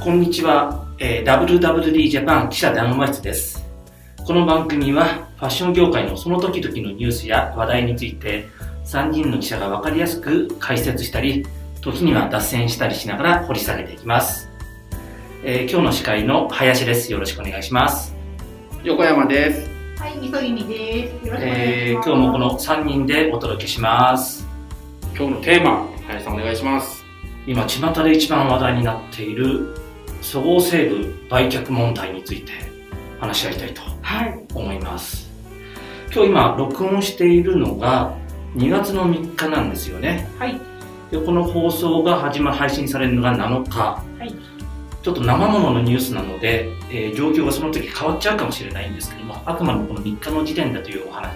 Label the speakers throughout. Speaker 1: こんにちは、えー、WWD ジャパン記者談話室ですこの番組はファッション業界のその時々のニュースや話題について3人の記者が分かりやすく解説したり時には脱線したりしながら掘り下げていきます、えー今日の司会の林ですよろしくお願いします
Speaker 2: 横山です。
Speaker 3: はい、みそぎみです。よろしくお願い
Speaker 1: えー今
Speaker 3: します。
Speaker 1: 日もこの3人でお届けします
Speaker 2: 今日のテーマ、林さんお願いします。
Speaker 1: 今巷で一番話題になっているそごう・西武売却問題について話し合いたいと
Speaker 3: はい。
Speaker 1: 思います今日今録音しているのが2月の3日なんですよね
Speaker 3: はい。
Speaker 1: でこの放送が始ま配信されるのが7日、
Speaker 3: い
Speaker 1: ちょっと生もののニュースなので、えー状況がその時変わっちゃうかもしれないんですけどもあくまでもこの3日の時点だというお話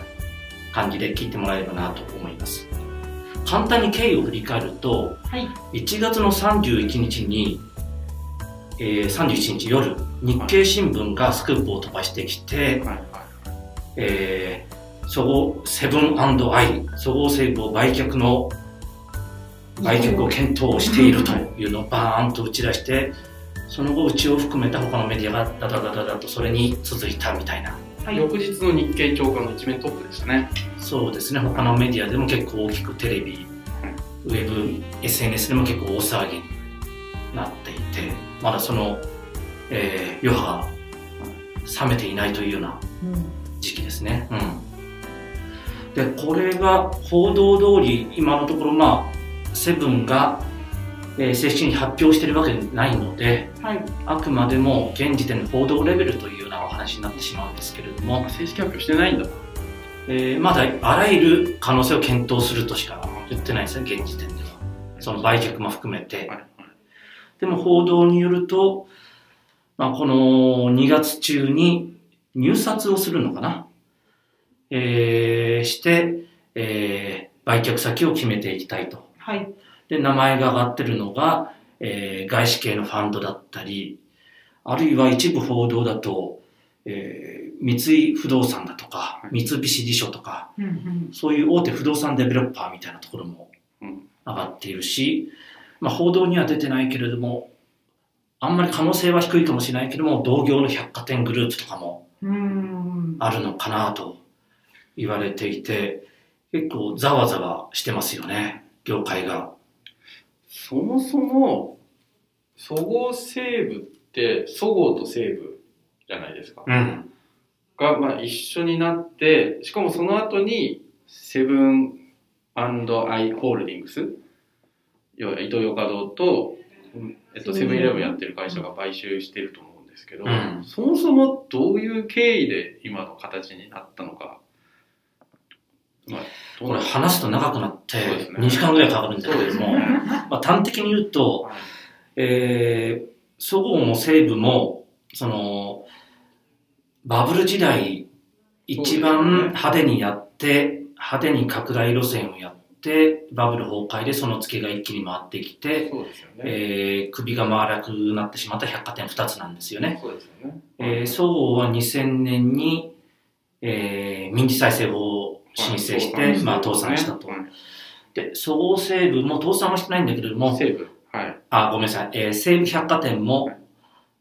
Speaker 1: 感じで聞いてもらえればなと思います簡単に経緯を振り返ると
Speaker 3: はい。
Speaker 1: 1月の31日に、えー31日夜日経新聞がスクープを飛ばしてきて、
Speaker 2: はいはい。
Speaker 1: えー、そごうセブンアイ、そごう西武を売却の、売却を検討しているというのをバーンと打ち出して、その後、うちを含めた他のメディアがダダダダダとそれに続いたみたいな。
Speaker 3: はい。
Speaker 2: 翌日の日経長官の一面トップでしたね。
Speaker 1: そうですね、他のメディアでも結構大きくテレビ、ウェブ、SNS でも結構大騒ぎになっていて、まだその、えー、余波が冷めていないというような
Speaker 3: うん
Speaker 1: 時期ですね。うん、でこれが報道通り今のところまあセブンが、えー正式に発表してるわけないので
Speaker 3: はい。
Speaker 1: あくまでも現時点の報道レベルというようなお話になってしまうんですけれども、
Speaker 2: 正式発表してないんだ。
Speaker 1: えーまだあらゆる可能性を検討するとしか言ってないですね現時点ではその売却も含めて
Speaker 2: はい。はい
Speaker 1: でも報道によると、まあ、この2月中に入札をするのかな、えーして、えー売却先を決めていきたいと。
Speaker 3: はい。
Speaker 1: で、名前が挙がってるのが、えー外資系のファンドだったり、あるいは一部報道だと、えー三井不動産だとか、
Speaker 2: は
Speaker 1: 三菱地所とか、
Speaker 3: うんうん。
Speaker 1: そういう大手不動産デベロッパーみたいなところも
Speaker 2: うん
Speaker 1: 上がっているし、まあ、報道には出てないけれども、あんまり可能性は低いかもしれないけども、同業の百貨店グループとかも
Speaker 3: うーん。
Speaker 1: あるのかなと言われていて、結構ざわざわしてますよね、業界が。
Speaker 2: そもそも、そごう西武って、そごうと西武じゃないですか。
Speaker 1: うん。
Speaker 2: が、まあ一緒になって、しかもその後に、セブンアイ・ホールディングス、要は伊東洋華堂と、うんえっと、セ
Speaker 3: セ
Speaker 2: ブ
Speaker 3: ブン
Speaker 2: ン
Speaker 3: イ
Speaker 2: イ
Speaker 3: レ
Speaker 2: レ
Speaker 3: ブン
Speaker 2: ブンやってる会社が買収してると思うんですけど、
Speaker 1: うん
Speaker 2: そもそもどういう経緯で今の形になったのか、まあ、どう
Speaker 1: こ
Speaker 2: な
Speaker 1: れ
Speaker 2: の
Speaker 1: 話すと長くなって
Speaker 2: そうですね
Speaker 1: 2時間ぐらいかかるんだけ
Speaker 2: そうで
Speaker 1: れ
Speaker 2: す
Speaker 1: ど
Speaker 2: ね
Speaker 1: も、。まあ、端的に言うと、えー、そごうも西武も、その、バブル時代、一
Speaker 2: そうです
Speaker 1: 番
Speaker 2: ね
Speaker 1: 派手にやって、派手に拡大路線をやって、バブル崩壊でその付けが一気に回ってきて、
Speaker 2: そうですよね。
Speaker 1: えー首が回らなくなってしまった百貨店2つなんですよね。
Speaker 2: そうですよね。
Speaker 1: えー、そごうは2000年に、えー民事再生法を申請して、まあ、倒産したと
Speaker 2: は。
Speaker 1: で、そごう西武も倒産はしてないんだけれども
Speaker 2: い、西武。はい。
Speaker 1: あ、ごめんなさい。えー西武百貨店も
Speaker 2: はい、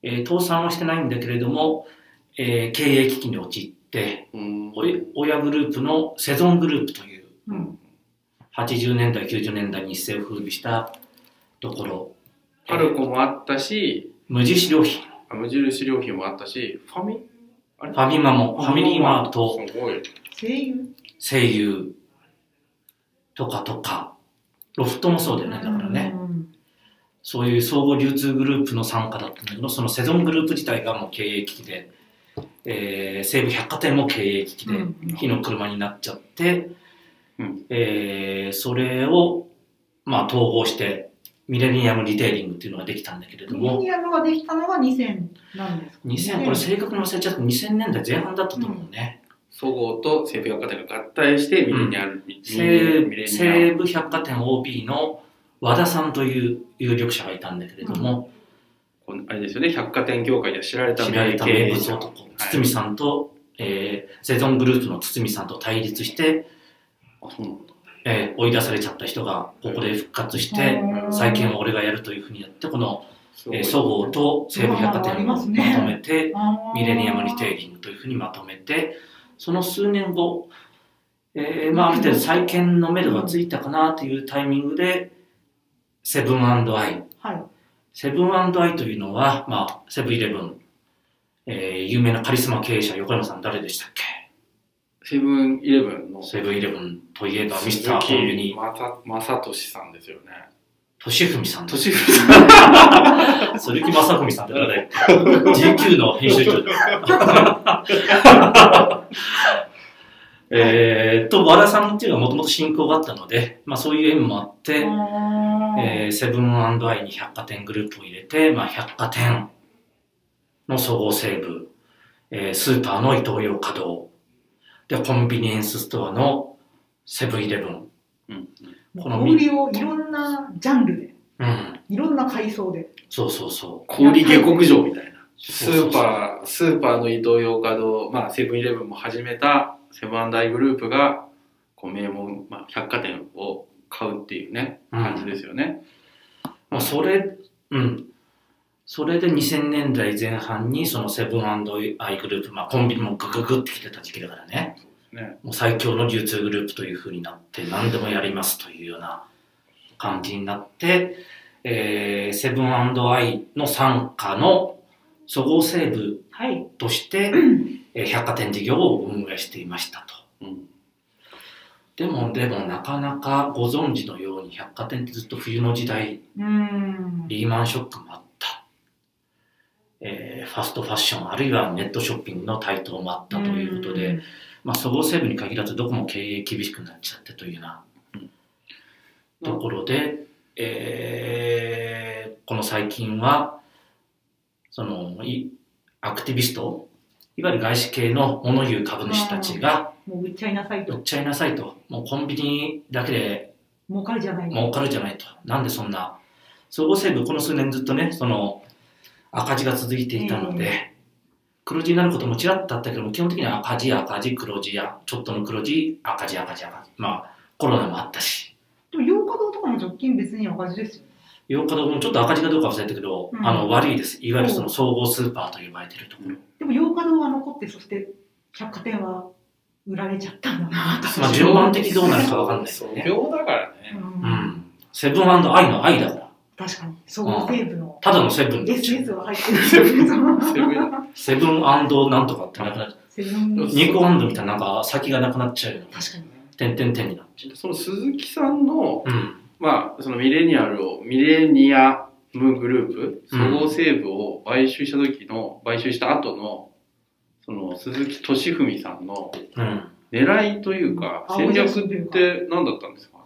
Speaker 1: えー倒産はしてないんだけれども、えー経営危機に陥って、
Speaker 2: うん
Speaker 1: おい親グループのセゾングループという、
Speaker 3: うん。
Speaker 1: 80年代、90年代に一世を風靡したところ、
Speaker 2: パルコもあったし、
Speaker 1: 無印良品、
Speaker 2: あ無印良品もあったし、ファミあれ
Speaker 1: ファミマも、ファミリーマート、
Speaker 2: すごい。
Speaker 3: 声優。
Speaker 1: 声優、とかとか、ロフトもそうだよね、だからね。
Speaker 3: うん。
Speaker 1: そういう総合流通グループの傘下だったんだけど、そのセゾングループ自体がもう経営危機で、えー西武百貨店も経営危機で、
Speaker 3: うん
Speaker 1: 火の車になっちゃって、
Speaker 2: うん
Speaker 1: えーそれを、まあ、統合して、ミレニアムリテイリングっていうのができたんだけれど
Speaker 3: ミレ
Speaker 1: も、
Speaker 3: ニアムができたのが2000なんですか
Speaker 1: 2000、これ正確に忘れちゃった2000年代前半だったと思うね。
Speaker 2: そごうと西武百貨店が合体してミレニアル、ミレミレ
Speaker 1: 西
Speaker 2: ニアル
Speaker 1: 西武百貨店 OB の和田さんという有力者がいたんだけれども、
Speaker 2: こうあれですよね、百貨店業界では知られた
Speaker 1: 知られた名物
Speaker 2: は
Speaker 1: 男、堤さんと、えーセゾングループの堤さんと対立して、
Speaker 2: いあ、そうなんだ。
Speaker 1: えー追い出されちゃった人がここで復活して、
Speaker 3: うん
Speaker 1: 再建を俺がやるというふうにやって、この
Speaker 2: すご
Speaker 1: え
Speaker 2: い
Speaker 1: ーそごうと西武百貨店をま
Speaker 3: まあありま
Speaker 1: と
Speaker 3: すね
Speaker 1: めて、
Speaker 3: あー
Speaker 1: ミレニアムリテイリングというふうにまとめて、その数年後、えーまあ、ある程度再建のめどがついたかなというタイミングで、セブンアイ。
Speaker 3: はい。
Speaker 1: セブンアイというのは、まあ、セブンイレブン、えー有名なカリスマ経営者、横山さん誰でしたっけ
Speaker 2: セブンイレブンの
Speaker 1: セブンイレブンといえば、ミスターコンビニ、
Speaker 2: 木まさまさとしさんですよね。
Speaker 1: 俊文さん
Speaker 2: と
Speaker 1: と、
Speaker 2: しふさん。
Speaker 1: 鈴木正文さんって誰だっけ ?GQ の編集長だ。えーっと、和田さんっていうのはもともと親交があったので、まあそういう縁もあって、
Speaker 3: あー
Speaker 1: えーセブンアイに百貨店グループを入れて、まあ、百貨店の総合西部、えースーパーのイトーヨーカドー、で、コンビニエンスストアのセブンイレブン。
Speaker 2: うん
Speaker 1: この
Speaker 3: 小売りをいろんなジャンルで、
Speaker 1: うん。
Speaker 3: いろんな階層で。
Speaker 1: そうそうそう。
Speaker 2: 氷下克上みたいな。ス
Speaker 1: そうそうそう
Speaker 2: ーパー、スーパーのイトーヨーカドー、まあ、セブンイレブンも始めたセブンアイグループが、こう、名門、まあ、百貨店を買うっていうね、
Speaker 1: うん
Speaker 2: 感じですよね。
Speaker 1: まあ、それ、うん。それで2000年代前半にそのセブンアイグループ、まあコンビニもグググってきてた時期だからね、
Speaker 2: ね
Speaker 1: もう最強の流通グループという風になって何でもやりますというような感じになって、えーセブンアイの傘下のそごう西武
Speaker 3: はい。
Speaker 1: として、えー百貨店事業を運営していましたと。
Speaker 2: うん。
Speaker 1: でも、でもなかなかご存知のように百貨店ってずっと冬の時代
Speaker 3: うーん。
Speaker 1: リーマンショックもあった、えーファストファッションあるいはネットショッピングの台頭もあったということで、
Speaker 3: ん。
Speaker 1: まあ、そごう西武に限らずどこも経営厳しくなっちゃってというようなところで、えーこの最近はそのいアクティビストいわゆる外資系の物言う株主たちが
Speaker 3: もう売っちゃいなさい
Speaker 1: 売っ
Speaker 3: と。
Speaker 1: ちゃいなさいともうコンビニだけで
Speaker 3: 儲かるじゃない。
Speaker 1: 儲かるじゃないと。なんでそんな。総合西部、この数年ずっとね、その、赤字が続いていたので、
Speaker 3: うん
Speaker 1: 黒字になることもちらっとあったけども、基本的には赤字、赤字、黒字や、ちょっとの黒字、赤字、赤字、赤字。まあ、コロナもあったし、
Speaker 3: でも、洋華堂とかも直近別に赤字ですよ。
Speaker 1: 8日もちょっと赤字かどうか忘れたけど、
Speaker 3: うん
Speaker 1: あの、悪いです。いわゆるその総合スーパーと呼ばれてるところ。
Speaker 3: でも、洋華堂は残って、そして、百貨店は売られちゃったんだなと。
Speaker 1: まあ、順番的にどうなるかわかんないですよ
Speaker 2: 創
Speaker 1: ね。
Speaker 2: 業だから
Speaker 3: う。
Speaker 2: ね。
Speaker 1: うんん。セブンアイの愛だから。
Speaker 3: 確かに。総合西部の
Speaker 1: ただのセブンで
Speaker 3: SS は入ってる。
Speaker 2: セブン
Speaker 1: セブンなんとかってなくなっちゃう。
Speaker 3: セブン
Speaker 2: うん
Speaker 1: ニコアンドみたいななんか先がなくなっちゃうような。
Speaker 3: 確かに。
Speaker 1: 点々点になっちゃう。
Speaker 2: その鈴木さんの、
Speaker 1: うん。
Speaker 2: まあ、そのミレニアルを、ミレニアムグループ、そ
Speaker 1: うん
Speaker 2: ごう西武を買収した時の、買収した後の、その鈴木敏文さんの
Speaker 1: うん。
Speaker 2: 狙いというか、
Speaker 3: うん
Speaker 2: 戦略
Speaker 3: 青写真とい
Speaker 2: っ
Speaker 3: うか
Speaker 2: て何だったんですか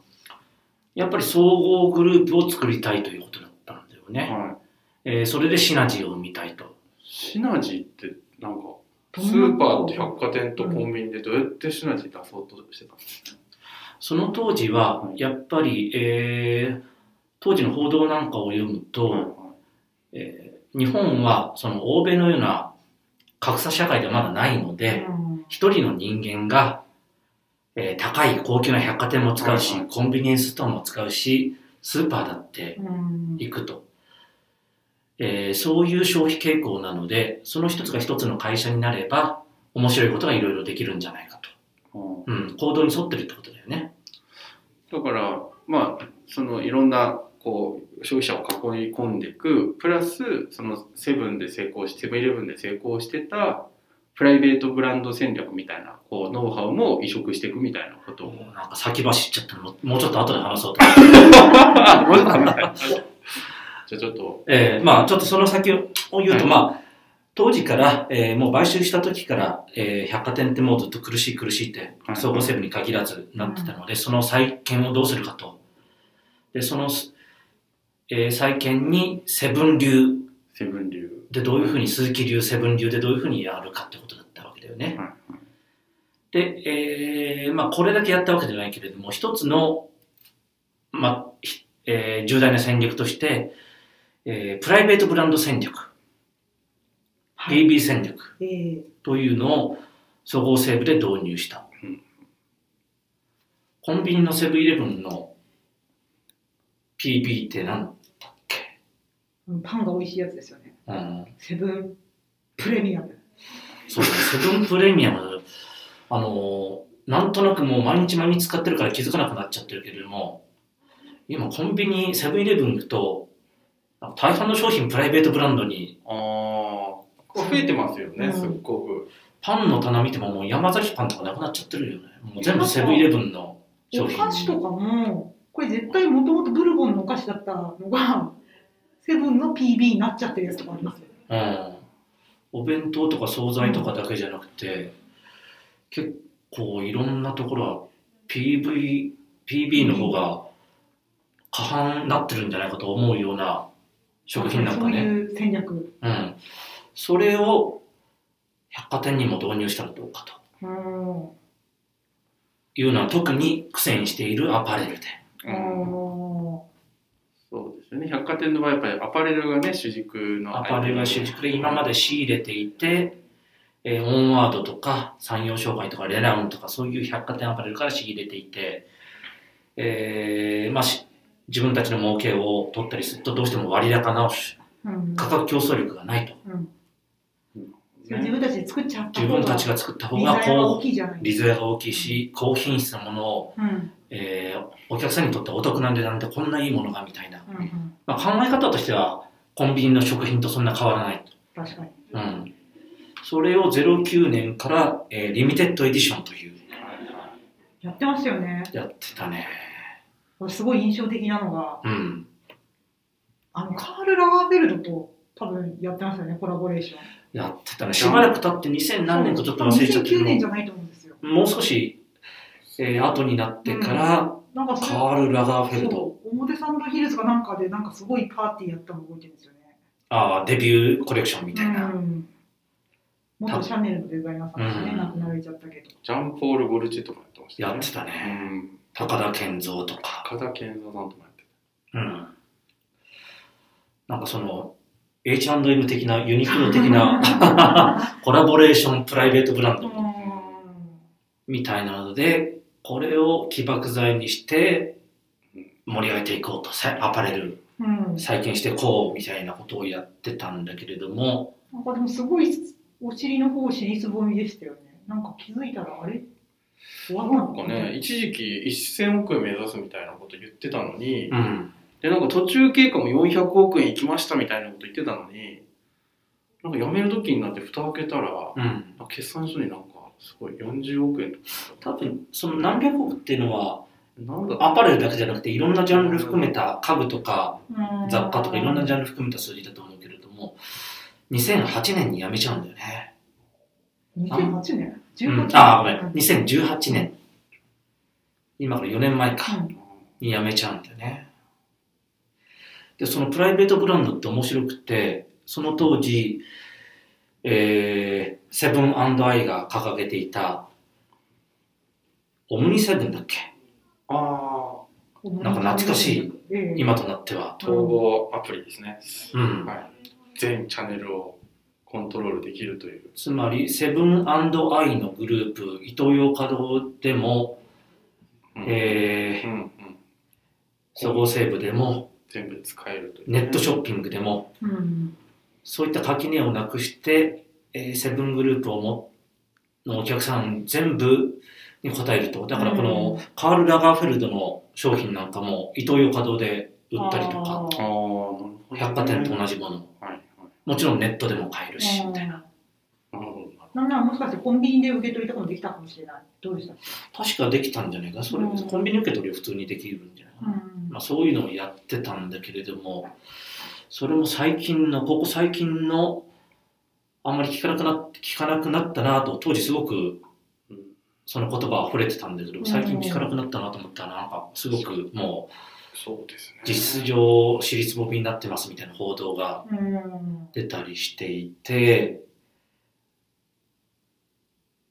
Speaker 1: やっぱり総合グループを作りたいということだったんだよね。
Speaker 2: は
Speaker 1: えーそれでシナジーを生みたいと。
Speaker 2: い。シナジーって、なんか、スーパーと百貨店とコンビニでどうやってシナジー出そうとしてたんですか
Speaker 1: その当時は
Speaker 2: は、い
Speaker 1: やっぱり、えー当時の報道なんかを読むと、
Speaker 2: はい
Speaker 1: えー日本はその欧米のような格差社会ではまだないので、
Speaker 3: うん
Speaker 1: 一人の人間が、えー高い高級な百貨店も使うし
Speaker 2: はいは、い
Speaker 1: コンビニエンスストアも使うし、スーパーだって
Speaker 3: うん
Speaker 1: 行くと、えーそういう消費傾向なのでその一つが一つの会社になれば面白いことがいろいろできるんじゃないか
Speaker 2: う
Speaker 1: と、
Speaker 2: ん
Speaker 1: うん、行動に沿ってるってことだよね
Speaker 2: だから、まあ、そのいろんなこう消費者を囲い込んでいく、プラス、そのセブンで成功して、セブンイレブンで成功してた、プライベートブランド戦略みたいな、こう、ノウハウも移植していくみたいなこと を。
Speaker 1: なんか先走っちゃったのももうちょっと後で話そうと思って、
Speaker 2: あもうちょっと話したいじゃあちょっと、
Speaker 1: えーまあちょっとその先を言うと、
Speaker 2: はい
Speaker 1: まあ当時から、えーもう買収した時から、えー百貨店ってもうずっと苦しい苦しいって、
Speaker 2: はい
Speaker 1: 総合セブンに限らずなってたので、その再建をどうするかと。で、その、えー再建にセブン流
Speaker 2: セブン流。
Speaker 1: でどういうふうに鈴木流セブン流でどういうふうにやるかってことだったわけだよね。
Speaker 2: はいはい
Speaker 1: で、えーまあ、これだけやったわけじゃないけれども一つの、まあひえー重大な戦略として、えープライベートブランド戦略、
Speaker 3: はい。
Speaker 1: BB 戦略
Speaker 3: えー
Speaker 1: というのを総合西部で導入した、
Speaker 2: うん
Speaker 1: コンビニのセブンイレブンの PB って何だっけ
Speaker 3: うんパンが美味しいやつですよね。
Speaker 1: うん、
Speaker 3: セブンプレミアム。
Speaker 1: そうですねセブンプレミアム、あのーなんとなくもう毎日毎日使ってるから気づかなくなっちゃってるけれども、今コンビニ、セブンイレブン行くと、なんか大半の商品プライベートブランドに、
Speaker 2: ああこれ増えてますよね、
Speaker 3: うん
Speaker 2: すっごく
Speaker 1: パンの棚見てももう山崎パンとかなくなっちゃってるよね。もう全部セブンイレブンの商
Speaker 3: お
Speaker 1: 品。
Speaker 3: 菓子とかも、これ絶対もともとブルボンのお菓子だったのが、セブンの PB になっちゃってるやつとかありますよ。
Speaker 1: うん。お弁当とか惣菜とかだけじゃなくて、結構いろんなところは PV、PB の方が過半になってるんじゃないかと思うような食品なんか
Speaker 3: そう
Speaker 1: ね。
Speaker 3: いう戦略。
Speaker 1: うん。それを百貨店にも導入したらどうかと
Speaker 3: うん。
Speaker 1: いうのは特に苦戦しているアパレルで。
Speaker 2: うん
Speaker 3: お
Speaker 2: そうですよね百貨店の場合やっぱりアパレルがね主軸の
Speaker 1: アパレルが主軸で今まで仕入れていて、えーオンワードとか産業商会とかレラウンとかそういう百貨店アパレルから仕入れていて、えーまあ、し自分たちの儲けを取ったりするとどうしても割高なし
Speaker 3: ーうん
Speaker 1: 価格競争力がないと
Speaker 3: うん
Speaker 2: ね
Speaker 3: 自分たちで作っちゃった
Speaker 1: 自
Speaker 3: 方
Speaker 1: 分た
Speaker 3: が
Speaker 1: ちが作った方
Speaker 3: 利
Speaker 1: が
Speaker 3: 害が
Speaker 1: こ
Speaker 3: 大きいじゃないう
Speaker 1: 利税が大きいし高品質なものを、
Speaker 3: うんうん
Speaker 1: えーお客さんにとってはお得なんでなんてこんないいものがみたいな、
Speaker 3: うん、
Speaker 1: まあ、考え方としてはコンビニの食品とそんな変わらない
Speaker 3: 確かに。
Speaker 1: うん。それを09年から、えーリミテッドエディションという、
Speaker 3: やってましたよね。
Speaker 1: やってたね。
Speaker 3: これすごい印象的なのが、
Speaker 1: うん。
Speaker 3: あの、カール・ラガーフェルドと多分やってましたよね、コラボレーション。
Speaker 1: やってたね。しばらく経って2000何年かちょっと忘れちゃったけ
Speaker 3: 2009年じ
Speaker 1: ど、
Speaker 3: ゃないと思うんですよ。
Speaker 1: もう少し、えー後になってから、
Speaker 3: なんかそれ
Speaker 1: カール・ラガーフェルド、
Speaker 3: そう表参道ヒルズかなんかで、なんかすごいパーティーやったの覚えてるんですよね。
Speaker 1: あーデビューコレクションみたいな。
Speaker 3: うん。元シャネルのデザイナーさんですね、
Speaker 1: うん
Speaker 3: 亡くなられちゃったけど。
Speaker 2: ジャンポール・ゴルチェとかやってました
Speaker 1: やってた
Speaker 2: う
Speaker 1: ね。
Speaker 2: ん
Speaker 1: 高田健三とか。
Speaker 2: 高田健三さんとかやって
Speaker 1: うん。なんかその、H&M 的な、ユニクロ的 なコラボレーションプライベートブランド
Speaker 3: う
Speaker 1: みたいなので、これを起爆剤にして
Speaker 2: うん、
Speaker 1: 盛り上げていこうと、さアパレル、
Speaker 3: ん。うん
Speaker 1: 再建してこう、みたいなことをやってたんだけれども、
Speaker 3: なんかでもすごいお尻の方尻すぼみでしたよね。なんか気づいたらあれ終わった
Speaker 2: な
Speaker 3: の
Speaker 2: んかね。一時期1000億円目指すみたいなこと言ってたのに、
Speaker 1: うん。
Speaker 2: でなんか途中経過も400億円いきましたみたいなこと言ってたのになんか辞める時になって蓋開けたら
Speaker 1: うん。
Speaker 2: 決算書になんかすごい40億円とか
Speaker 1: 多分、その何百億っていうのは、
Speaker 2: なんだ
Speaker 1: アパレルだけじゃなくて、いろんなジャンル含めた家具とか
Speaker 3: うん
Speaker 1: 雑貨とかいろんなジャンル含めた数字だと思うけれども、2008年に辞めちゃうんだよね。
Speaker 3: 2008年
Speaker 1: う
Speaker 3: ?18
Speaker 1: ん
Speaker 3: 年。
Speaker 1: ああ、ごめ。
Speaker 3: うん
Speaker 1: 2018年。今から4年前か。
Speaker 3: ん
Speaker 1: に辞めちゃうんだよね。で、そのプライベートブランドって面白くて、その当時、えー、セブンアイが掲げていた、オムニセブンだっけ
Speaker 2: あ
Speaker 1: なんか懐かしい。
Speaker 3: ええ
Speaker 1: 今となっては。
Speaker 2: ー統合アプリですね、
Speaker 1: うん。
Speaker 2: はい、全チャンネルをコントロールできるという
Speaker 1: つまり、セブンアイのグループ、イトーヨーカドーでも、
Speaker 2: うん
Speaker 1: え
Speaker 2: う
Speaker 1: ー、
Speaker 2: んうん、
Speaker 1: そごう西武でも、
Speaker 2: 全部使えるという、
Speaker 1: ネットショッピングでも、
Speaker 3: うん。
Speaker 1: そういった垣根をなくして、えーセブングループをものお客さん全部に応えると。だからこの、カール・ラガーフェルドの商品なんかも、イトーヨーカドーで売ったりとか、
Speaker 2: ああなるほどね
Speaker 1: 百貨店と同じものも、
Speaker 2: はいはい
Speaker 1: もちろんネットでも買えるし、みたいな。
Speaker 3: な。
Speaker 2: なるほどな
Speaker 3: なんならもしかしてコンビニで受け取りとかもできたかもしれない。どうでした
Speaker 1: 確かできたんじゃないかなそれ、
Speaker 3: うん
Speaker 1: コンビニ受け取りは普通にできるんじゃないかな。
Speaker 3: ん
Speaker 1: まあ、そういうのをやってたんだけれども、それも最近の、ここ最近の、あんまり聞かなくなって、聞かなくなったなと、当時すごく
Speaker 2: うん
Speaker 1: その言葉溢れてたんだけど、最近聞かなくなったなと思ったら、なんかすごくも
Speaker 2: そうですね
Speaker 1: う、実質上、私立ボビになってますみたいな報道が
Speaker 3: うん。
Speaker 1: 出たりしていて、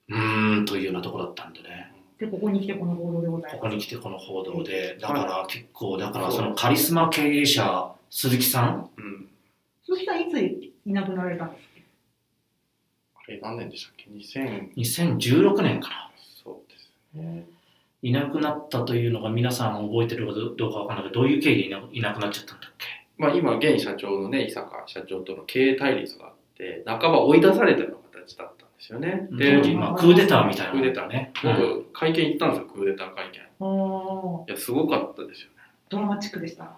Speaker 1: うーんというようなとこだったんでね。
Speaker 3: で、ここに来てこの報道でござい
Speaker 1: こ
Speaker 3: ます。
Speaker 1: こに来てこの報道で、だから結構、だからそのカリスマ経営者、鈴木さん、
Speaker 2: うん
Speaker 3: 鈴木さん、いついなくなられたんですか
Speaker 2: あれ何年でしたっけ2000
Speaker 1: 2016年かな。
Speaker 2: そうです
Speaker 1: いなくなったというのが皆さん覚えてるかどうかわからないけど、どういう経緯でいないなくなっちゃったんだっけ
Speaker 2: まあ、今現社長のね伊坂社長との経営対立があって半ば追い出されたような形だったんですよね。で、
Speaker 1: 当時、まあ、クーデターみたいな。
Speaker 2: クーデターね。
Speaker 1: うん
Speaker 2: 僕会見行ったんですよクーデター会見。い
Speaker 3: おー
Speaker 2: やすごかったですよね。
Speaker 3: ドラマチック でした。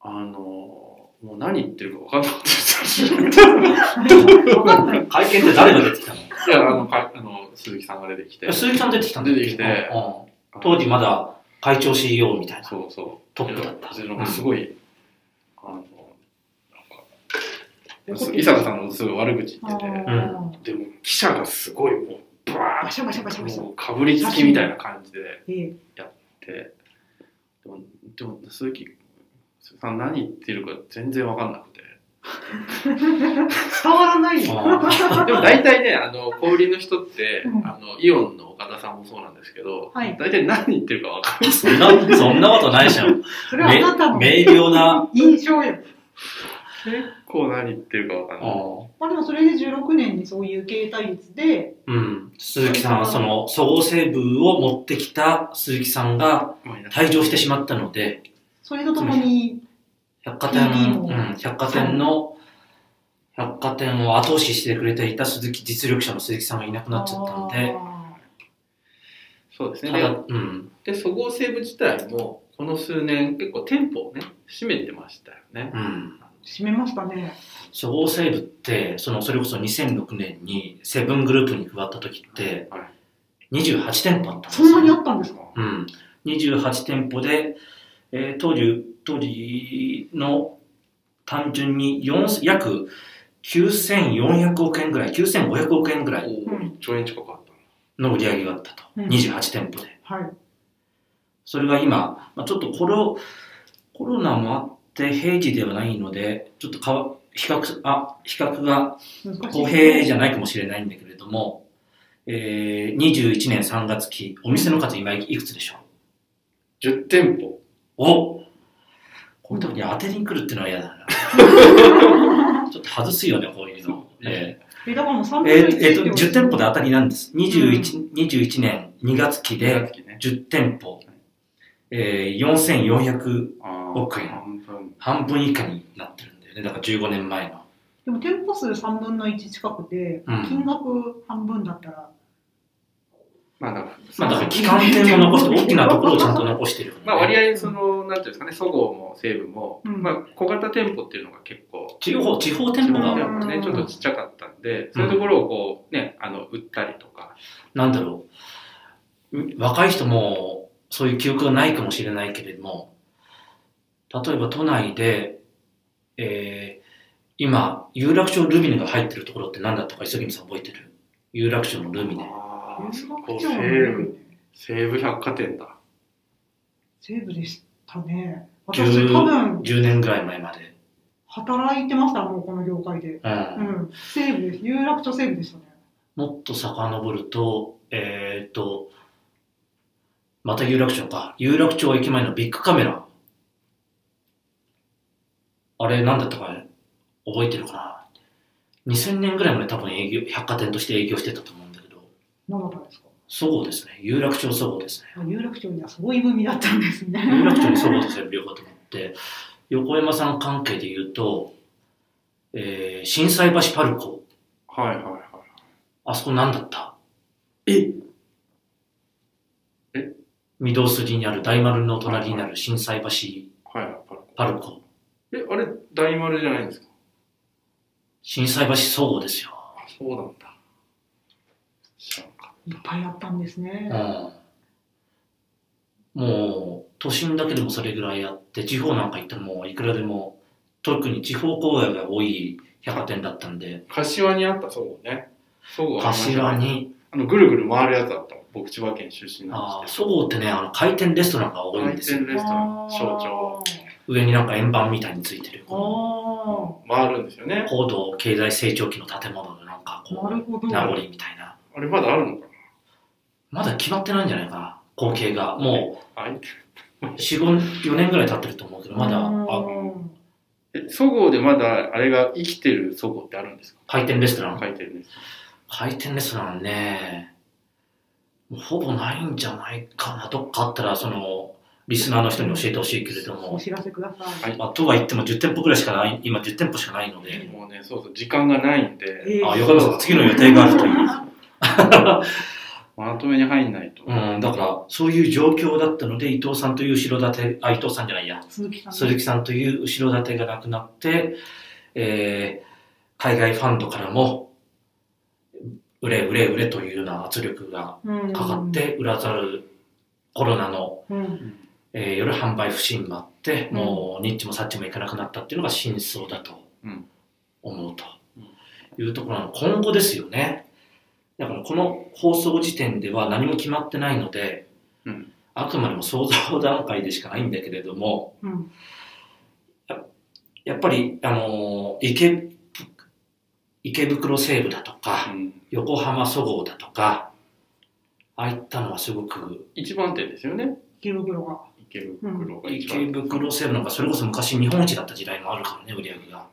Speaker 2: あのもう何言ってるか分かんなかったです。
Speaker 3: わかんない。
Speaker 1: 会見って誰が出て きたの
Speaker 2: いやあのかあの鈴木さんが出てきて。
Speaker 1: 鈴木さん出てきたんだっけ
Speaker 2: 出てきて
Speaker 1: うん当時まだ会長 CEO みたいな。
Speaker 2: そうそう。
Speaker 1: トップだった
Speaker 2: いやなんかすごい、あの、なんか、伊坂さんのすごい悪口言って
Speaker 1: う
Speaker 2: て、でも記者がすごいもう、バ
Speaker 3: バシャバシャバシャバシ
Speaker 2: ー
Speaker 3: ャ
Speaker 2: ッもうかぶりつきみたいな感じで
Speaker 3: ええ
Speaker 2: で、でも、でも鈴木さん何言ってるか全然わかんな くて。
Speaker 3: 伝わらないよ。
Speaker 1: あ
Speaker 2: でも大体ね、あの、小売りの人って、
Speaker 3: うん
Speaker 2: あの、イオンの岡田さんもそうなんですけど、
Speaker 3: はい
Speaker 2: 大体何言ってるかわかんない。
Speaker 1: そんな、そんなことないじゃん。
Speaker 3: それはあなたの
Speaker 1: め明瞭な。
Speaker 3: 印象よ。
Speaker 2: 結構何言ってるかわかんない。
Speaker 3: まあでもそれで16年にそういう経営対立で、
Speaker 1: うん。鈴木さんはその、総合成部を持ってきた鈴木さんが
Speaker 2: マイナス
Speaker 1: 退場してしまったので、
Speaker 3: それとともに、
Speaker 1: 百貨店、
Speaker 3: PB も
Speaker 1: うん、百貨店の、百貨店を後押ししてくれていた鈴木、実力者の鈴木さんがいなくなっちゃったんで、
Speaker 3: あ
Speaker 2: そうですね。
Speaker 1: た
Speaker 2: で
Speaker 1: だ、うん。
Speaker 2: で、そごう・西武自体も、この数年、結構店舗をね、閉めてましたよね。
Speaker 1: うん。
Speaker 3: ー締めましたね。
Speaker 1: そごう・西武ってそのそれこそ2006年にセブングループに加わった時って
Speaker 2: はい、
Speaker 1: 28店舗あったんです
Speaker 3: そ
Speaker 1: よ
Speaker 3: んなにあったんですか
Speaker 1: うん、28店舗で、えー当時当時の単純に4約9400億円ぐらい9500億円ぐらい
Speaker 2: お
Speaker 3: うん
Speaker 2: ー1兆円近くあったの
Speaker 1: の売り上げがあったと、
Speaker 3: うん
Speaker 1: 28店舗で
Speaker 3: はい。
Speaker 1: それが今、まあ、ちょっとコロコロナもあって平時ではないのでちょっとかわ比較すあ比較が
Speaker 3: 難しい。
Speaker 1: 公平じゃ
Speaker 3: ゃ
Speaker 1: ないかもしれないんだけれども、えー、21年3月期、お店の数今いくつでしょ
Speaker 2: 10店舗。
Speaker 1: うおこういう時に当てに来るってのは嫌だな。 ちょっと外すよね、こういうの。え
Speaker 3: え、だからもう3
Speaker 1: ー
Speaker 3: 分の
Speaker 1: え
Speaker 3: 1
Speaker 1: ーえーと、10店舗で当たりなんです。21, 21年2月期で
Speaker 2: 月ね。
Speaker 1: 10店舗、えー、4400
Speaker 2: あー
Speaker 1: 億円
Speaker 2: 半分。
Speaker 1: 半分以下になってるんだよね。だから15年前の。
Speaker 3: でも店舗数3分の1近くで、
Speaker 1: うん
Speaker 3: 金額半分だったら、
Speaker 2: まあ、だから
Speaker 1: まあだから期間店も残して、大きなところをちゃんと残してるよね、
Speaker 2: まあ、割合、その、なんていうんですかね、そごうも西武も、
Speaker 3: うん
Speaker 2: まあ、小型店舗っていうのが結構、
Speaker 1: 地方、地方店
Speaker 2: 地
Speaker 1: 舗
Speaker 2: 方
Speaker 1: が
Speaker 2: 店舗がね、ちょっとちっちゃかったんで、そういうところをこう、ね、あの、売ったりとか、
Speaker 1: なんだろう、若い人もそういう記憶がないかもしれないけれども、例えば都内で、えー今、有楽町ルミネが入ってるところって何だったか、磯君さん覚えてる有楽町のルミネ。
Speaker 2: あ
Speaker 3: 有
Speaker 2: ー
Speaker 3: 楽
Speaker 2: こう
Speaker 3: 町
Speaker 2: 西
Speaker 3: の
Speaker 2: 武、西武百貨店だ。
Speaker 3: 西武でしたね。私多
Speaker 1: 10,
Speaker 3: 分、
Speaker 1: 10年ぐらい前まで。
Speaker 3: 働いてました、もうこの業界で。
Speaker 1: うん
Speaker 3: うん。西武です。有楽町西武でしたね。
Speaker 1: もっと遡ると、えーっと、また有楽町か。有楽町駅前のビッグカメラ。あれ、なんだったか覚えてるかな ?2000 年ぐらいまで多分営業、百貨店として営業してたと思うんだけど、
Speaker 3: 長かですか
Speaker 1: そごうですね。有楽町そごうですね。
Speaker 3: あ有楽町にはすごい文だったんですね。
Speaker 1: 有楽町にそごうと全部よかと思って、横山さん関係で言うと、えー、震災橋パルコ。
Speaker 2: はいはいはい。
Speaker 1: あそこなんだった
Speaker 2: え
Speaker 1: 御堂筋にある大丸の隣にある震災橋
Speaker 2: はいはい、パルコ。
Speaker 1: パルコ。
Speaker 2: え、あれ、大丸じゃないんですか
Speaker 1: 震災橋総合ですよ。
Speaker 2: あ、そうなんだ。知らんかっ
Speaker 3: いっぱいあったんです
Speaker 1: う
Speaker 3: ね。
Speaker 1: ん。もう、都心だけでもそれぐらいあって、地方なんか行ってもいくらでも、特に地方郊外が多い百貨店だったんで、
Speaker 2: た。柏にあった、そごうね。そごうありましたね
Speaker 1: 柏。に、
Speaker 2: あの、ぐるぐる回るやつだった。僕、千葉県出身な
Speaker 1: あ
Speaker 2: んですけ
Speaker 1: 総合ってね、あの回転レストランが多
Speaker 2: ど。
Speaker 1: いん
Speaker 2: 回
Speaker 1: です
Speaker 2: 転
Speaker 1: よ。
Speaker 2: レストラン、象徴。
Speaker 1: 上になんか円盤みたいについてる、こ
Speaker 3: あ
Speaker 2: 回るんですよね
Speaker 1: の。高度経済成長期の建物のなんか
Speaker 3: あ、な
Speaker 1: こ
Speaker 3: るほど。
Speaker 1: う、名残みたいな。
Speaker 2: あれ、まだあるのか
Speaker 1: まだ決まってないんじゃないかな、光景が。も
Speaker 2: なあいて
Speaker 1: う、4、5、4年ぐらい経ってると思うけど、まだ、あ
Speaker 3: うん
Speaker 2: え、そごうでまだ、あれが生きてるそごうってあるんですか
Speaker 1: 回転レストラン
Speaker 2: 回転レス
Speaker 1: 回転レストランね、もうほぼないんじゃないかな。どっかあったら、その、リスナーの人に教えてほしいけれども
Speaker 3: お、知らせください。
Speaker 1: まあ、とは言っても10店舗くらいしかない、今10店舗しかないので、
Speaker 2: もうね、そうそう、時間がないんで、
Speaker 3: えー
Speaker 1: あ、よかったです。次の予定があるという。
Speaker 2: まとめに入んないと。
Speaker 1: うん、だから、そういう状況だったので、伊藤さんという後ろ盾、あ、伊藤さんじゃないや、
Speaker 3: 鈴木さん。
Speaker 1: 鈴木さんという後ろ盾がなくなって、えー海外ファンドからも、売れ売れ売れというような圧力が
Speaker 3: うん
Speaker 1: かかっ。て、売らざるコロナの、
Speaker 3: うん。
Speaker 1: えー、よる販売不振もあって、もうニッチもサッチもいかなくなったっていうのが真相だと
Speaker 2: うん
Speaker 1: 思うというところなの今後ですよねだからこの放送時点では何も決まってないので、
Speaker 2: うん
Speaker 1: あくまでも想像段階でしかないんだけれども、
Speaker 3: うん。
Speaker 1: やっぱり、あのー池、池袋西部だと
Speaker 2: う
Speaker 1: か、
Speaker 2: ん
Speaker 1: 横浜そごうだとか、ああいったのはすごく、
Speaker 2: 一番手ですよね、
Speaker 3: 池袋が。
Speaker 2: 池袋が一
Speaker 1: 池
Speaker 2: 番手。
Speaker 1: 袋西部なんかそれこそ昔日本一だった時代もあるからね、売り上げが。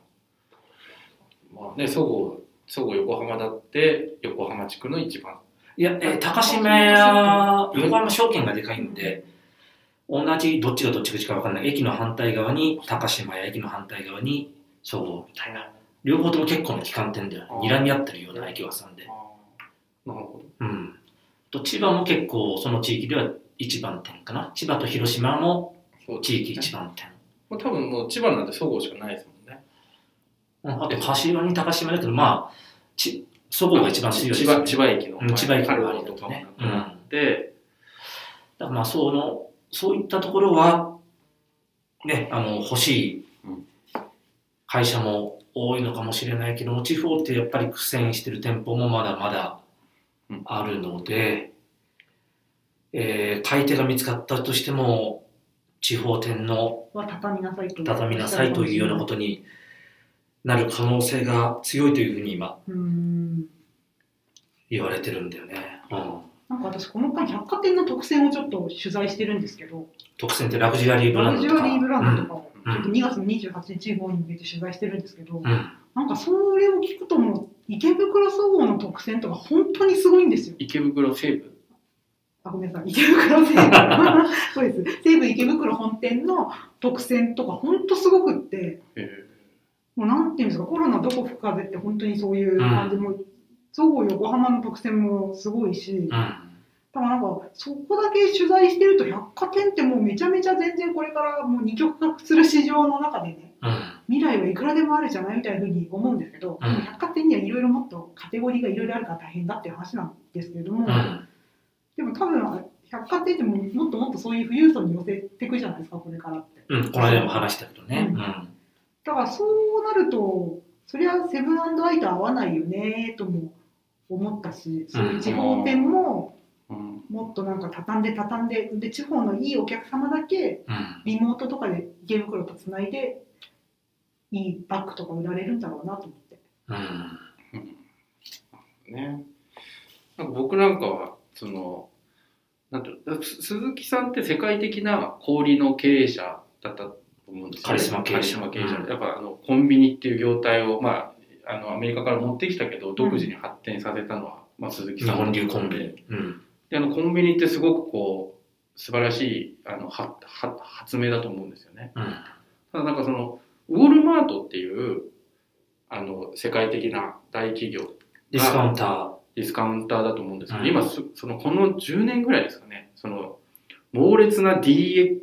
Speaker 2: まあね、そごう、そごう横浜だって、横浜地区の一番。
Speaker 1: いや、えー高島屋、横浜証券がでかいんで、同じ、どっちがどっち口かわかんない。駅の反対側に高島屋、駅の反対側にそごうみたいな。両方とも結構な期間店だよね。睨み合ってるような駅はさんで。
Speaker 2: なるほど。
Speaker 1: うん。と千葉も結構その地域では一番店かな。千葉と広島も
Speaker 2: そう
Speaker 1: 地域
Speaker 2: です
Speaker 1: 一
Speaker 2: ね。
Speaker 1: 番店。
Speaker 2: もう多分もう千葉なんてそごうしかないですもんね。
Speaker 1: うん、あと柏に高島だけど、まあ、ちそこが一番強いです、
Speaker 2: 千
Speaker 1: ね。
Speaker 2: 葉、千葉駅の
Speaker 1: う。ん千葉駅
Speaker 2: カル
Speaker 1: のあ
Speaker 2: ボ
Speaker 1: り
Speaker 2: ン
Speaker 1: と
Speaker 2: とか
Speaker 1: か
Speaker 2: も
Speaker 1: ね
Speaker 2: な。
Speaker 1: うん。
Speaker 2: くな
Speaker 1: だ
Speaker 2: っ。て、
Speaker 1: からまあ、その、そういったところは、ね、あの、欲しい
Speaker 2: うん
Speaker 1: 会社も多いのかもしれないけども、地方ってやっぱり苦戦してる店舗もまだまだ
Speaker 2: うん
Speaker 1: あるので、えー買い手が見つかったとしても、地方店の
Speaker 3: は畳みなさいという。
Speaker 1: 畳みなさいというようなことになる可能性が強いというふうに今
Speaker 3: と。うん。
Speaker 1: 言われてるんだよね。うん、
Speaker 3: なんか私この間百貨店の特選をちょっと取材してるんですけど、
Speaker 1: 特選ってラグジュアリーブラ
Speaker 3: ラ
Speaker 1: ン
Speaker 3: グ
Speaker 1: ド
Speaker 3: ジ
Speaker 1: とか。
Speaker 3: ュアリーブランドとかを
Speaker 1: うんうん
Speaker 3: 2月28日号に向けて取材してるんですけど、
Speaker 1: うん
Speaker 3: なんかそれを聞くともう池袋総合の特選とか本当にすごいんですよ。
Speaker 2: 池袋西部。
Speaker 3: あごめんなさい池袋西部 そうです西武池袋本店の特選とか本当すごくって
Speaker 2: え
Speaker 3: もうなんていうんですかコロナどこ吹く風って本当にそういう感じも、総合横浜の特選もすごいし。
Speaker 1: うん
Speaker 3: だからなんかそこだけ取材してると百貨店ってもうめちゃめちゃ全然これからもう二極化する市場の中でね
Speaker 1: うん
Speaker 3: 未来はいくらでもあるじゃないみたいなふうに思うんですけど、
Speaker 1: うん
Speaker 3: 百貨店にはいろいろもっとカテゴリーがいろいろあるから大変だっていう話なんですけれども、
Speaker 1: うん
Speaker 3: でも多分百貨店ってもうもっともっとそういう富裕層に寄せていくじゃないですかこれからって
Speaker 1: うん、この間も話したけどね。う
Speaker 3: う
Speaker 1: ん
Speaker 3: だからそうなるとそりゃセブンアイと合わないよねとも思ったしそういう地方店も
Speaker 2: ーうん
Speaker 3: もっとなんか畳んで畳んでで地方のいいお客様だけ
Speaker 1: うん
Speaker 3: リモートとかで池袋とつないで、いいバッグとか売られるんだろうなと思って。
Speaker 1: うん
Speaker 2: ね。なんか僕なんかは、その、なんていうのす鈴木さんって世界的な小売りの経営者だったと思うんですよ、ね。
Speaker 1: カリスマ経営者
Speaker 2: カリスマ経営者
Speaker 1: うん
Speaker 2: やっぱあのコンビニっていう業態を、まあ、あのアメリカから持ってきたけど、独自に発展させたのは、まあ、鈴木
Speaker 1: 日
Speaker 2: さん。
Speaker 1: 本流コンビ。うん
Speaker 2: であのコンビニってすごくこう、素晴らしいあのはは発明だと思うんですよね。
Speaker 1: うん
Speaker 2: ただなんかその、ウォルマートっていう、あの、世界的な大企業
Speaker 1: ディスカウンター。
Speaker 2: ディスカウンターだと思うんですけど、
Speaker 1: うん
Speaker 2: 今そそのこの10年ぐらいですかねその猛烈な DX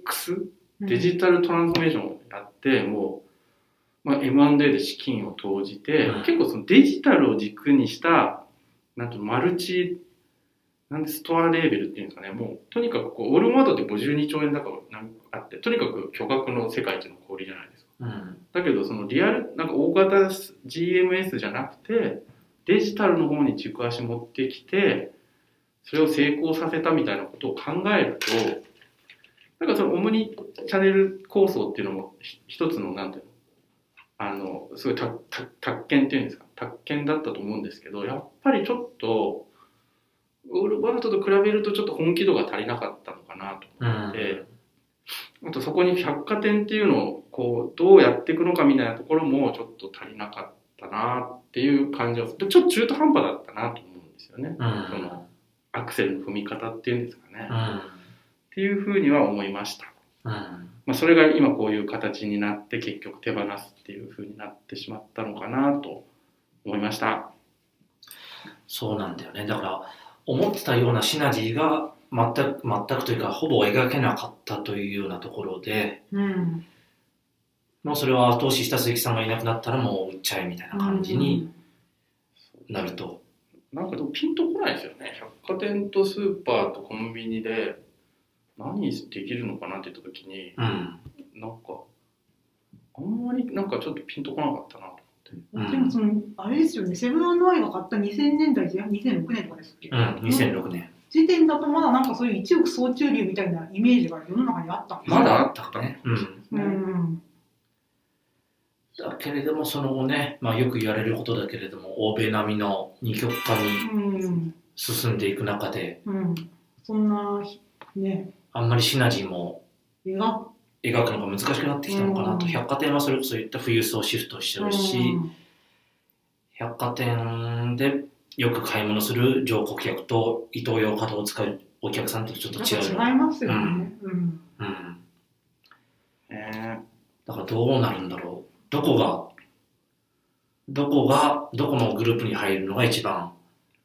Speaker 2: デジタルトランスフォーメーションをやって、もう、まあ、M&A で資金を投じて、
Speaker 1: うん
Speaker 2: 結構そのデジタルを軸にしたなんとマルチなんでストアレーベルっていうんですかねもうとにかくこうオールマートって52兆円だからなんかあってとにかく巨額の世界一の小売りじゃないですか。
Speaker 1: うん
Speaker 2: だけどそのリアルなんか大型 GMS じゃなくてデジタルの方に軸足持ってきてそれを成功させたみたいなことを考えるとなんかそのオムニチャンネル構想っていうのもひ一つのなんていうのあのすごいたた宅建っていうんですか宅建だったと思うんですけどやっぱりちょっとオールバートと比べるとちょっと本気度が足りなかったのかなと
Speaker 1: うん
Speaker 2: であとそこに百貨店っていうのをこうどうやっていくのかみたいなところもちょっと足りなかったなっていう感じはでちょっと中途半端だったなと思うんですよね
Speaker 1: うん
Speaker 2: そのアクセルの踏み方っていうんですかね、
Speaker 1: う
Speaker 2: っ
Speaker 1: ん
Speaker 2: ていうふうには思いました
Speaker 1: うん。
Speaker 2: まあ、それが今こういう形になって結局手放すっていう風になってしまったのかなと思いました。
Speaker 1: そうなんだよね。だから、思ってたようなシナジーが全く、全くというか、ほぼ描けなかったというようなところで、
Speaker 3: うん、
Speaker 1: もうそれは後押しした鈴木さんがいなくなったらもう売っちゃえみたいな感じになると。
Speaker 2: なんかでもピンとこないですよね。百貨店とスーパーとコンビニで何できるのかなって言った時に、
Speaker 1: うん。
Speaker 2: なんか、あんまりなんかちょっとピンとこなかったなと
Speaker 3: うんでもそのあれですよねセブンアイが買った2000年代前半2006年とかですっけ、
Speaker 1: うん、2006年。
Speaker 3: 時点だとまだなんかそういう一億総中流みたいなイメージが世の中にあったんですよ
Speaker 1: まだあったかね。うん。
Speaker 3: うんうん
Speaker 1: だけれども、その後ね、まあ、よく言われることだけれども、欧米並みの二極化に
Speaker 3: うん
Speaker 1: 進んでいく中で、
Speaker 3: うんそんなひね
Speaker 1: あんまりシナジーも
Speaker 3: 映画
Speaker 1: 描くのが難しくなってきたのかなと、
Speaker 3: うん
Speaker 1: 百貨店はそれこそ言った富裕層シフトしてるし、百貨店でよく買い物する常顧客と、イトーヨーカドーを使うお客さんってちょっと
Speaker 3: やっぱ
Speaker 1: 違うよ
Speaker 3: 違い
Speaker 1: ね。
Speaker 3: ますよね、うん
Speaker 1: うん。
Speaker 2: ね。
Speaker 1: だからどうなるんだろう。どこが、どこが、どこのグループに入るのが一番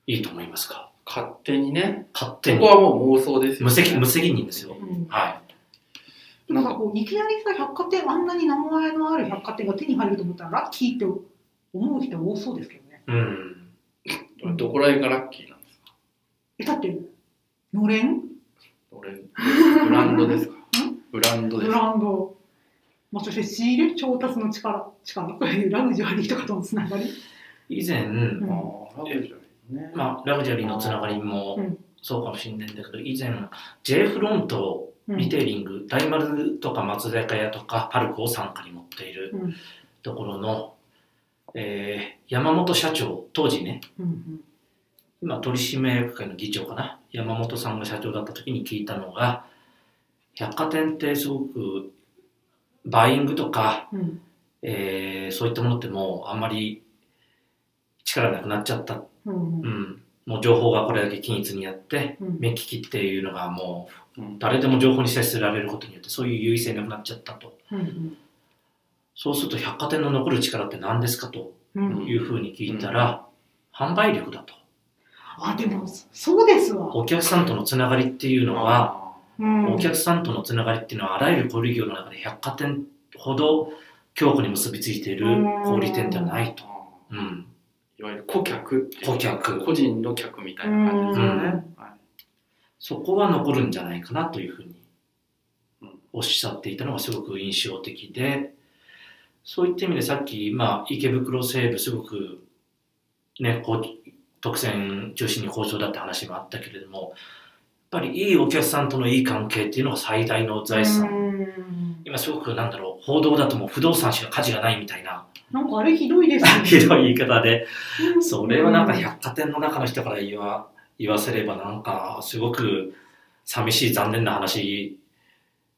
Speaker 1: いいと思いますか
Speaker 2: 勝手にね、
Speaker 1: 勝手
Speaker 2: そ
Speaker 1: に
Speaker 2: こ。はもう妄想ですよ
Speaker 1: 無責
Speaker 2: ね。
Speaker 1: 無責任ですよ。
Speaker 3: うん
Speaker 1: は
Speaker 3: なんかこういきなりさ百貨店あんなに名前のある百貨店が手に入ると思ったらラッキーって思う人多そうですけどね
Speaker 1: い。うん。
Speaker 2: どこら辺がラッキーなんですか
Speaker 3: えだってのれん
Speaker 2: 俺、ブランドですかブランドで
Speaker 3: ブ
Speaker 2: すか
Speaker 3: ランド、まあ、そして仕入れ調達の力力 こういうラグジュアリーとかとのつながり、
Speaker 1: 以前、
Speaker 3: うん
Speaker 2: ああ、ラグジュアリーね。
Speaker 1: まあ、ラグジュアリーのつながりも
Speaker 3: うん
Speaker 1: そうかもしれないんだけど、以前、J フロント
Speaker 3: うん
Speaker 1: リテイリング、大丸とか松坂屋とかパルコを傘下に持っている
Speaker 3: うん
Speaker 1: ところの、えー山本社長、当時ね、
Speaker 3: うん
Speaker 1: 今取締役会の議長かな、山本さんが社長だった時に聞いたのが、百貨店ってすごくバイイングとか
Speaker 3: うんうん
Speaker 1: えーそういったものってもうあんまり力なくなっちゃった、
Speaker 3: うん
Speaker 1: う
Speaker 3: うん
Speaker 1: ん、もう情報がこれだけ均一にやって
Speaker 3: うん
Speaker 1: 目利きっていうのがもう
Speaker 2: うん
Speaker 1: 誰でも情報に接せられることによってそういう優位性なくなっちゃったと
Speaker 3: うん
Speaker 1: そうすると百貨店の残る力って何ですかと
Speaker 3: うん
Speaker 1: いうふうに聞いたら、販売力だと
Speaker 3: あでもそうですわ、
Speaker 1: お客さんとのつながりっていうのは、
Speaker 3: うん、
Speaker 1: お客さんとのつながりっていうのはあらゆる小売業の中で百貨店ほど強固に結びついている小売店ではないと、うん、
Speaker 2: いわゆる顧客っていう
Speaker 1: 顧客
Speaker 2: 個人の客みたいな感じですよね。は
Speaker 1: そこは残るんじゃないかなというふうに
Speaker 2: うん
Speaker 1: おっしゃっていたのがすごく印象的で、そういった意味でさっき、まあ、池袋西部すごく、ね、こう特選中心に好調だって話もあったけれども、やっぱりいいお客さんとのいい関係っていうのが最大の財産。
Speaker 3: うん
Speaker 1: 今すごくなんだろう、報道だともう不動産しか価値がないみたいな、
Speaker 3: なんかあれひどいです
Speaker 1: ひどい言い方で、
Speaker 3: うん
Speaker 1: それはなんか百貨店の中の人から言わ言わせればなんかすごく寂しい残念な話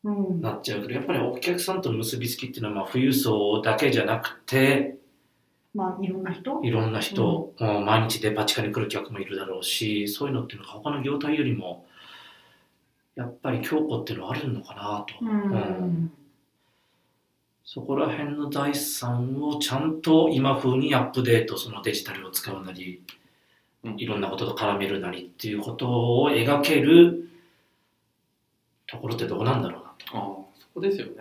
Speaker 3: うん
Speaker 1: なっちゃうけどやっぱりお客さんとの結びつきっていうのはまあ富裕層だけじゃなくて
Speaker 3: まあいろんな人
Speaker 1: いろんな人、もう毎日デパ地下に来る客もいるだろうしそういうのっていうのが他の業態よりもやっぱり強固っていうのはあるのかなと、
Speaker 3: うん
Speaker 1: そこら辺の財産をちゃんと今風にアップデートそのデジタルを使うなり
Speaker 2: い
Speaker 1: いろんなことと絡めるなりっていうことを描けるところってどうなんだろうなと。
Speaker 2: ああそこですよね。
Speaker 1: うん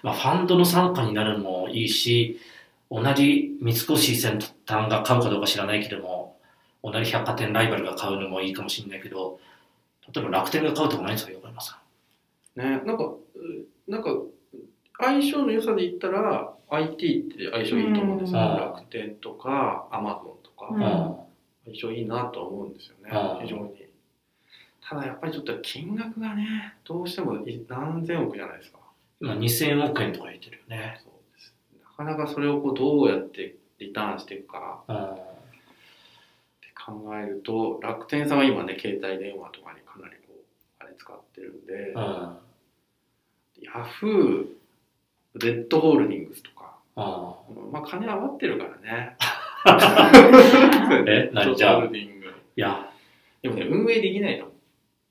Speaker 1: まあ、ファンドの傘下になるのもいいし、同じ三越伊勢丹が買うかどうか知らないけども、同じ百貨店ライバルが買うのもいいかもしれないけど、例えば楽天が買うとかないんですか、横山さ
Speaker 2: ねなんかうなんか相性の良さで言ったら IT って相性いいと思うんですよ、
Speaker 1: うん
Speaker 2: 楽天とか Amazon とか、
Speaker 1: ん。
Speaker 3: うん
Speaker 2: 相性いいなとは思うんですよね、
Speaker 1: うん
Speaker 2: 非常にただやっぱりちょっと金額がねどうしてもい何千億じゃないですか
Speaker 1: 今2000億円とか言ってるよね。
Speaker 2: そうですなかなかそれをこうどうやってリターンしていくか
Speaker 1: うん。
Speaker 2: って考えると楽天さんは今ね携帯電話とかにかなりこうあれ使ってるんで、
Speaker 1: うん。
Speaker 2: ヤフーレッドホールディングスとか
Speaker 1: うん。
Speaker 2: まあ金余ってるから ね
Speaker 1: え何じゃあ
Speaker 2: レッドホールディング
Speaker 1: いや、
Speaker 2: でもね運営できないと思う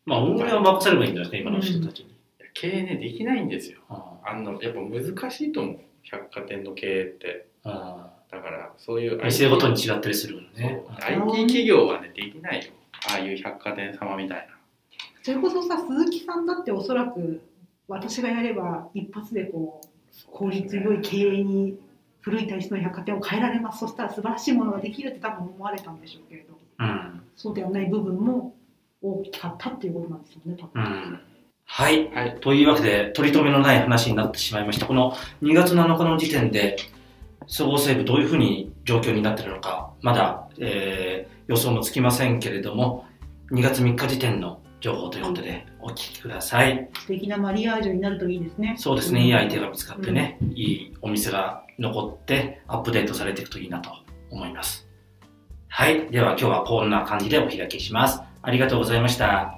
Speaker 1: まあ、運営は任せればいいんじゃないですか、今の人たちに。
Speaker 2: いや経営ねできないんですよ
Speaker 1: あ
Speaker 2: あのやっぱ難しいと思う百貨店の経営って
Speaker 1: あ
Speaker 2: だからそういう
Speaker 1: 店ごとに違ったりするよね。
Speaker 2: そう IT 企業はねできないよああいう百貨店様みたい
Speaker 3: それこそさ鈴木さんだっておそらく私がやれば一発でこう
Speaker 2: な
Speaker 3: 効率良い経営に古い体質の百貨店を変えられますそしたら素晴らしいものができるって多分思われたんでしょうけれど
Speaker 1: うん。
Speaker 3: そうではない部分も大きかったっていうことなんですよね多
Speaker 1: う
Speaker 3: 分、
Speaker 1: ん。はい。
Speaker 2: はい
Speaker 1: というわけで、取り留めのない話になってしまいました。この2月7日の時点で、総合西部どういうふうに状況になっているのか、まだ、えー予想もつきませんけれども、2月3日時点の情報ということで、お聞きください。
Speaker 3: 素敵なマリアージュになるといいですね
Speaker 1: そうですね、いいアイデアが見つかってね、いいお店が残って、アップデートされていくといいなと思います。はい。では今日はこんな感じでお開きします。ありがとうございました。